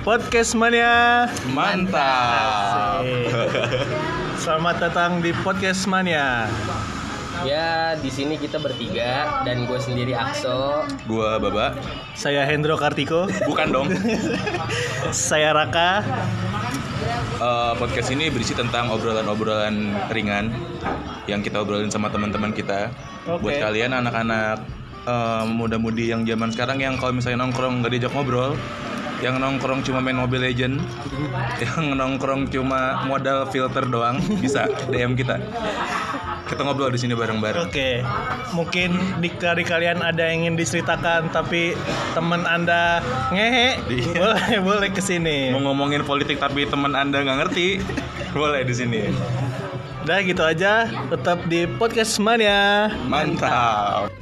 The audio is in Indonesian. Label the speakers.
Speaker 1: Podcast Mania.
Speaker 2: Mantap.
Speaker 1: Selamat datang di Podcast Mania.
Speaker 3: Ya, di sini kita bertiga dan gue sendiri Akso.
Speaker 2: Gua Baba.
Speaker 1: Saya Hendro Kartiko,
Speaker 2: Bukan dong.
Speaker 1: saya Raka.
Speaker 2: Eh, podcast ini berisi tentang obrolan-obrolan ringan yang kita obrolin sama teman-teman kita.
Speaker 1: Oke.
Speaker 2: Buat kalian anak-anak eh, muda-mudi yang zaman sekarang yang kalau misalnya nongkrong nggak diajak ngobrol, yang nongkrong cuma main Mobile Legend, yang nongkrong cuma modal filter doang, bisa DM kita. Kita ngobrol di sini bareng-bareng.
Speaker 1: Oke, mungkin di dari kalian ada yang ingin diceritakan tapi teman Anda ngehe,
Speaker 2: Iya.
Speaker 1: boleh boleh ke sini.
Speaker 2: Mau ngomongin politik tapi teman Anda nggak ngerti, boleh di sini.
Speaker 1: Udah gitu aja, tetap di Podcast Mania.
Speaker 2: Mantap.